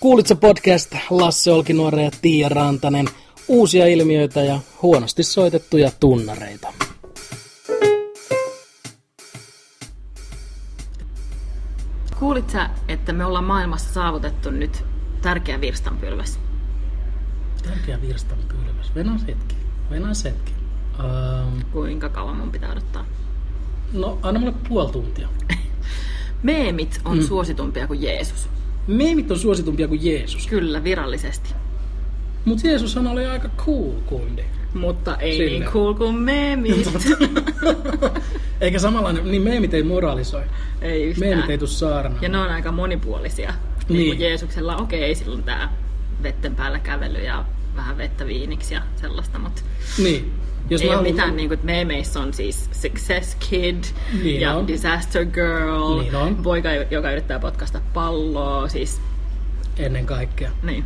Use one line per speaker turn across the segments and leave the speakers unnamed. Kuulitse podcast Lasse Olkinuore ja Tiia Rantanen. Uusia ilmiöitä ja huonosti soitettuja tunnareita.
Kuulit sä, että me ollaan maailmassa saavutettu nyt tärkeä virstanpylväs?
Tärkeä virstanpylväs. Venas hetki. Venas hetki. Ähm,
Kuinka kauan mun pitää odottaa?
no, anna mulle puoli tuntia.
Meemit on mm. suositumpia kuin Jeesus.
Meemit on suositumpia kuin Jeesus.
Kyllä, virallisesti.
Mutta Jeesushan oli aika cool kundi.
Mutta ei
Sille.
Sille. niin cool kuin meemit.
Eikä samanlainen, niin meemit ei moralisoi.
ei yhtään.
Meemit ei tuu saarnaan.
Ja ne on aika monipuolisia. Niin.
Niin.
niin kuin Jeesuksella, okei, silloin tää vetten päällä kävely ja vähän vettä viiniksi ja sellaista, mutta
Niin. Jos
ei
mä
ole
haluan-
mitään, niin kuin, että meemeissä on siis Success Kid
Niin
ja
on.
Disaster Girl,
Niin on.
poika, joka yrittää potkasta palloa, siis
Ennen kaikkea.
niin.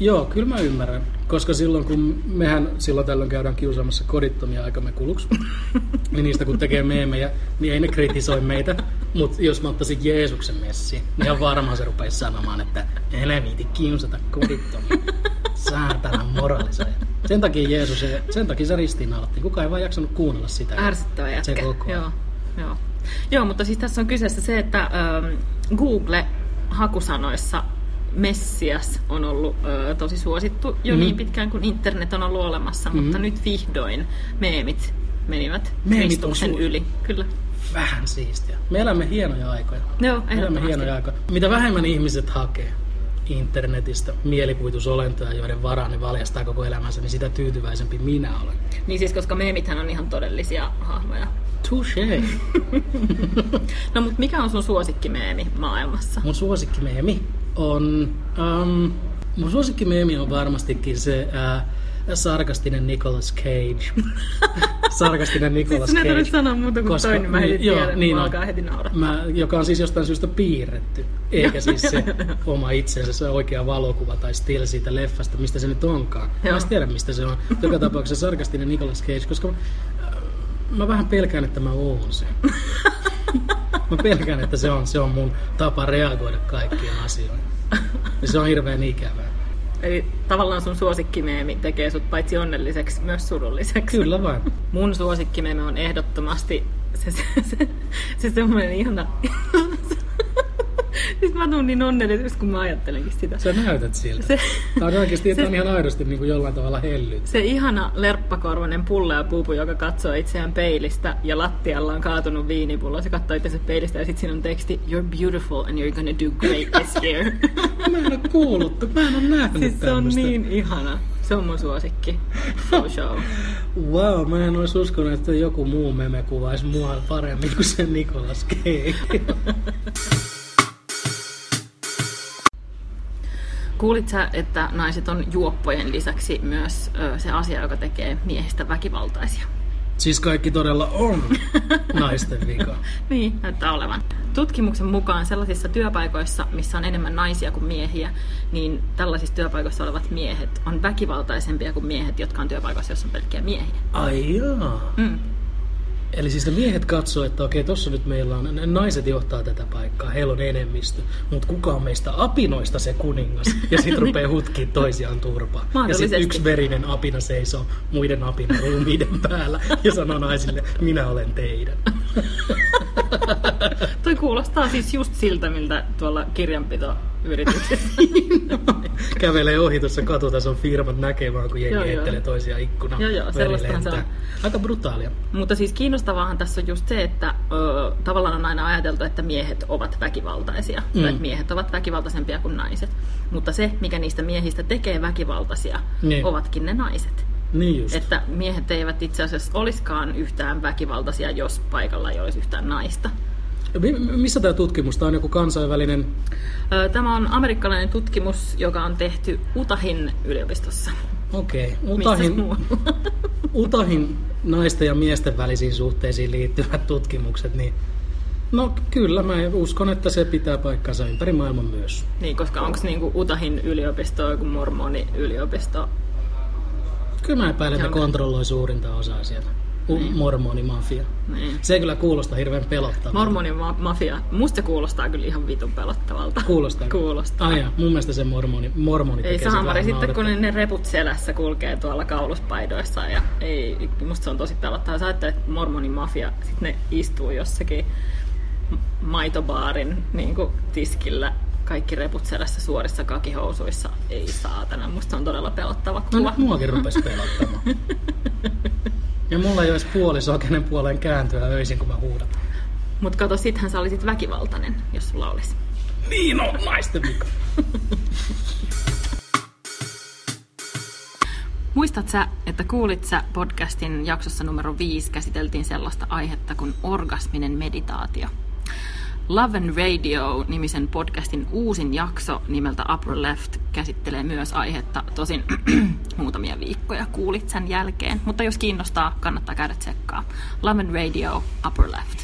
Joo, kyllä mä ymmärrän. Koska silloin, kun mehän silloin tällöin käydään kiusaamassa kodittomia aikamme kuluksi, niin niistä kun tekee meemejä, niin ei ne kritisoi meitä. Mutta jos mä ottaisin Jeesuksen messiin, niin ihan varmaan se rupeaisi sanomaan, että älä viiti kiusata kodittomia. Saatana moralisoja. Sen takia Jeesus, ei- sen takia se ristiinaulattiin. Kukaan ei vaan jaksanut kuunnella sitä.
Ärsyttävä jätkä.
Se koko ajan.
Joo, joo. joo, mutta siis tässä on kyseessä se, että ähm, Google-hakusanoissa Messias on ollut ö, tosi suosittu jo
Mm-hmm.
mm. niin pitkään kuin internet on ollut olemassa, mm. mutta nyt vihdoin meemit menivät
Meemit on
Kristuksen
suosittu.
yli. Kyllä.
Vähän siistiä. Me elämme hienoja aikoja.
Joo,
Me elämme
ehdottomasti.
hienoja aikoja. Mitä vähemmän ihmiset hakee internetistä mielikuvitusolentoja, joiden varaan ne valjastaa koko elämänsä, niin sitä tyytyväisempi minä olen.
Niin siis, koska meemithän on ihan todellisia hahmoja.
Touché.
No mutta mikä on sun suosikkimeemi maailmassa?
Mun suosikkimeemi on... Um, mun suosikkimeemi on varmastikin se uh, sarkastinen Nicolas Cage. sarkastinen Nicolas
Siis sinä
Cage.
tarvitse sanoa muuta kuin toi, niin mä heti
joo,
tiedän, niin
on.
mä alkaa heti nauraa.
Mä, joka on siis jostain syystä piirretty, eikä siis se oma itsensä, se oikea valokuva tai still siitä leffasta, mistä se nyt onkaan. Mä
Joo.
en tiedä, mistä se on. Joka tapauksessa sarkastinen Nicolas Cage, koska mä, äh, mä vähän pelkään, että mä oon se. Mä pelkään, että se on, se on mun tapa reagoida kaikkiin asioihin. Ja se on hirveän ikävää.
Eli tavallaan sun suosikkimeemi tekee sut paitsi onnelliseksi, myös surulliseksi.
Kyllä vain.
Mun suosikkimeemi on ehdottomasti se, se, se, se semmoinen ihana... siis mä tuun niin onnelliseksi, kun mä ajattelenkin sitä.
Sä näytät siltä.
Se,
Tää on oikeasti, että
se-
on ihan aidosti niin kuin jollain tavalla hellyt.
se ihana lerppakorvainen pulla ja puupu, joka katsoo itseään peilistä ja lattialla on kaatunut viinipullo. Se katsoo itseänsä peilistä ja sitten siinä on teksti You're beautiful and you're gonna do great this year.
Mä en ole kuullut, mä en ole nähnyt
siis se on
tämmöstä.
niin ihana. Se on mun suosikki. So show.
Wow, mä en olisi uskonut, että joku muu meme kuvaisi mua paremmin kuin se Nicolas Cage.
Kuulit sä, että naiset on juoppojen lisäksi myös ö, se asia, joka tekee miehistä väkivaltaisia?
siis kaikki todella on naisten vika.
Niin, näyttää olevan. Tutkimuksen mukaan sellaisissa työpaikoissa, missä on enemmän naisia kuin miehiä, niin tällaisissa työpaikoissa olevat miehet on väkivaltaisempia kuin miehet, jotka on työpaikoissa, jossa on pelkkiä miehiä.
Ai jaa.
Mm.
Eli siis ne miehet katsoo, että okei, tossa nyt meillä on, ne naiset johtaa tätä paikkaa, heillä on enemmistö, mutta kuka on meistä apinoista se kuningas? Ja sit rupeaa hutkiin toisiaan turpaan. Ja sit
Mahdollisesti.
yksi verinen apina seisoo muiden apina ruumiiden päällä ja sanoo naisille, minä olen teidän.
Toi kuulostaa siis just siltä, miltä tuolla kirjanpitoyrityksessä.
kävelee ohi tuossa katutason firman näkee vaan, kun
Joo,
jengi
joo.
heittelee toisia ikkunaan.
Joo, joo,
Veri
sellaistahan se
lentää. Aika brutaalia.
Mutta siis kiinnostavaahan tässä on just se, että ö, tavallaan on aina ajateltu, että miehet ovat väkivaltaisia.
Mm.
Mm. Tai että miehet ovat väkivaltaisempia kuin naiset. Mutta se, mikä niistä miehistä tekee väkivaltaisia,
Niin.
niin. ovatkin ne naiset.
Niin just.
Että miehet eivät itse asiassa olisikaan yhtään väkivaltaisia, jos paikalla ei olisi yhtään naista.
Mi- mi- missä tämä tutkimus? Tämä on joku kansainvälinen...
Ö, Tämä on amerikkalainen tutkimus, joka on tehty Utahin yliopistossa.
Okei. Okay.
Missäs
Utahin,
muualla?
Utahin naisten ja miesten välisiin suhteisiin liittyvät tutkimukset, niin... No kyllä, mä uskon, että se pitää paikkansa ympäri maailman myös.
niin, koska onko niinku Utahin yliopisto joku mormoni yliopisto?
Kyllä mä epäilen, että
Joo.
kontrolloi suurinta osaa siellä. U-
Niin.
mormonimafia.
Niin.
Se kyllä kuulostaa hirveän pelottavalta.
Mormonin ma- mafia. Musta se kuulostaa kyllä ihan vitun pelottavalta.
Kuulostaa.
Kuulostaa.
Ai jaa, mun mielestä se mormoni, mormoni
Ei
tekee sen
saamari
vähän
sitten, kun ne,
naurettavan.
ne reput selässä kulkee tuolla kauluspaidoissa ja ei, musta se on tosi pelottavaa. Sä ajattelet, että mormonin mafia, sit ne istuu jossakin m- maitobaarin niin kuin tiskillä kaikki reput selässä suorissa kakihousuissa. Ei saatana, musta se on todella pelottava
No
kuva.
nyt muakin rupesi pelottamaan. ja mulla ei ole edes puolisoa, kenen puoleen kääntyä öisin, kun mä huudan.
Mut kato, sittenhän sä olisit väkivaltainen, jos sulla olisi.
Niin on naisten vika.
Muistat sä, että kuulit sä podcastin jaksossa numero 5 käsiteltiin sellaista aihetta kuin orgasminen meditaatio. Love and Radio nimisen podcastin uusin jakso nimeltä Upper Left käsittelee myös aihetta, tosin muutamia viikkoja kuulit sen jälkeen, mutta jos kiinnostaa, kannattaa käydä tsekkaa. Love and Radio Upper Left.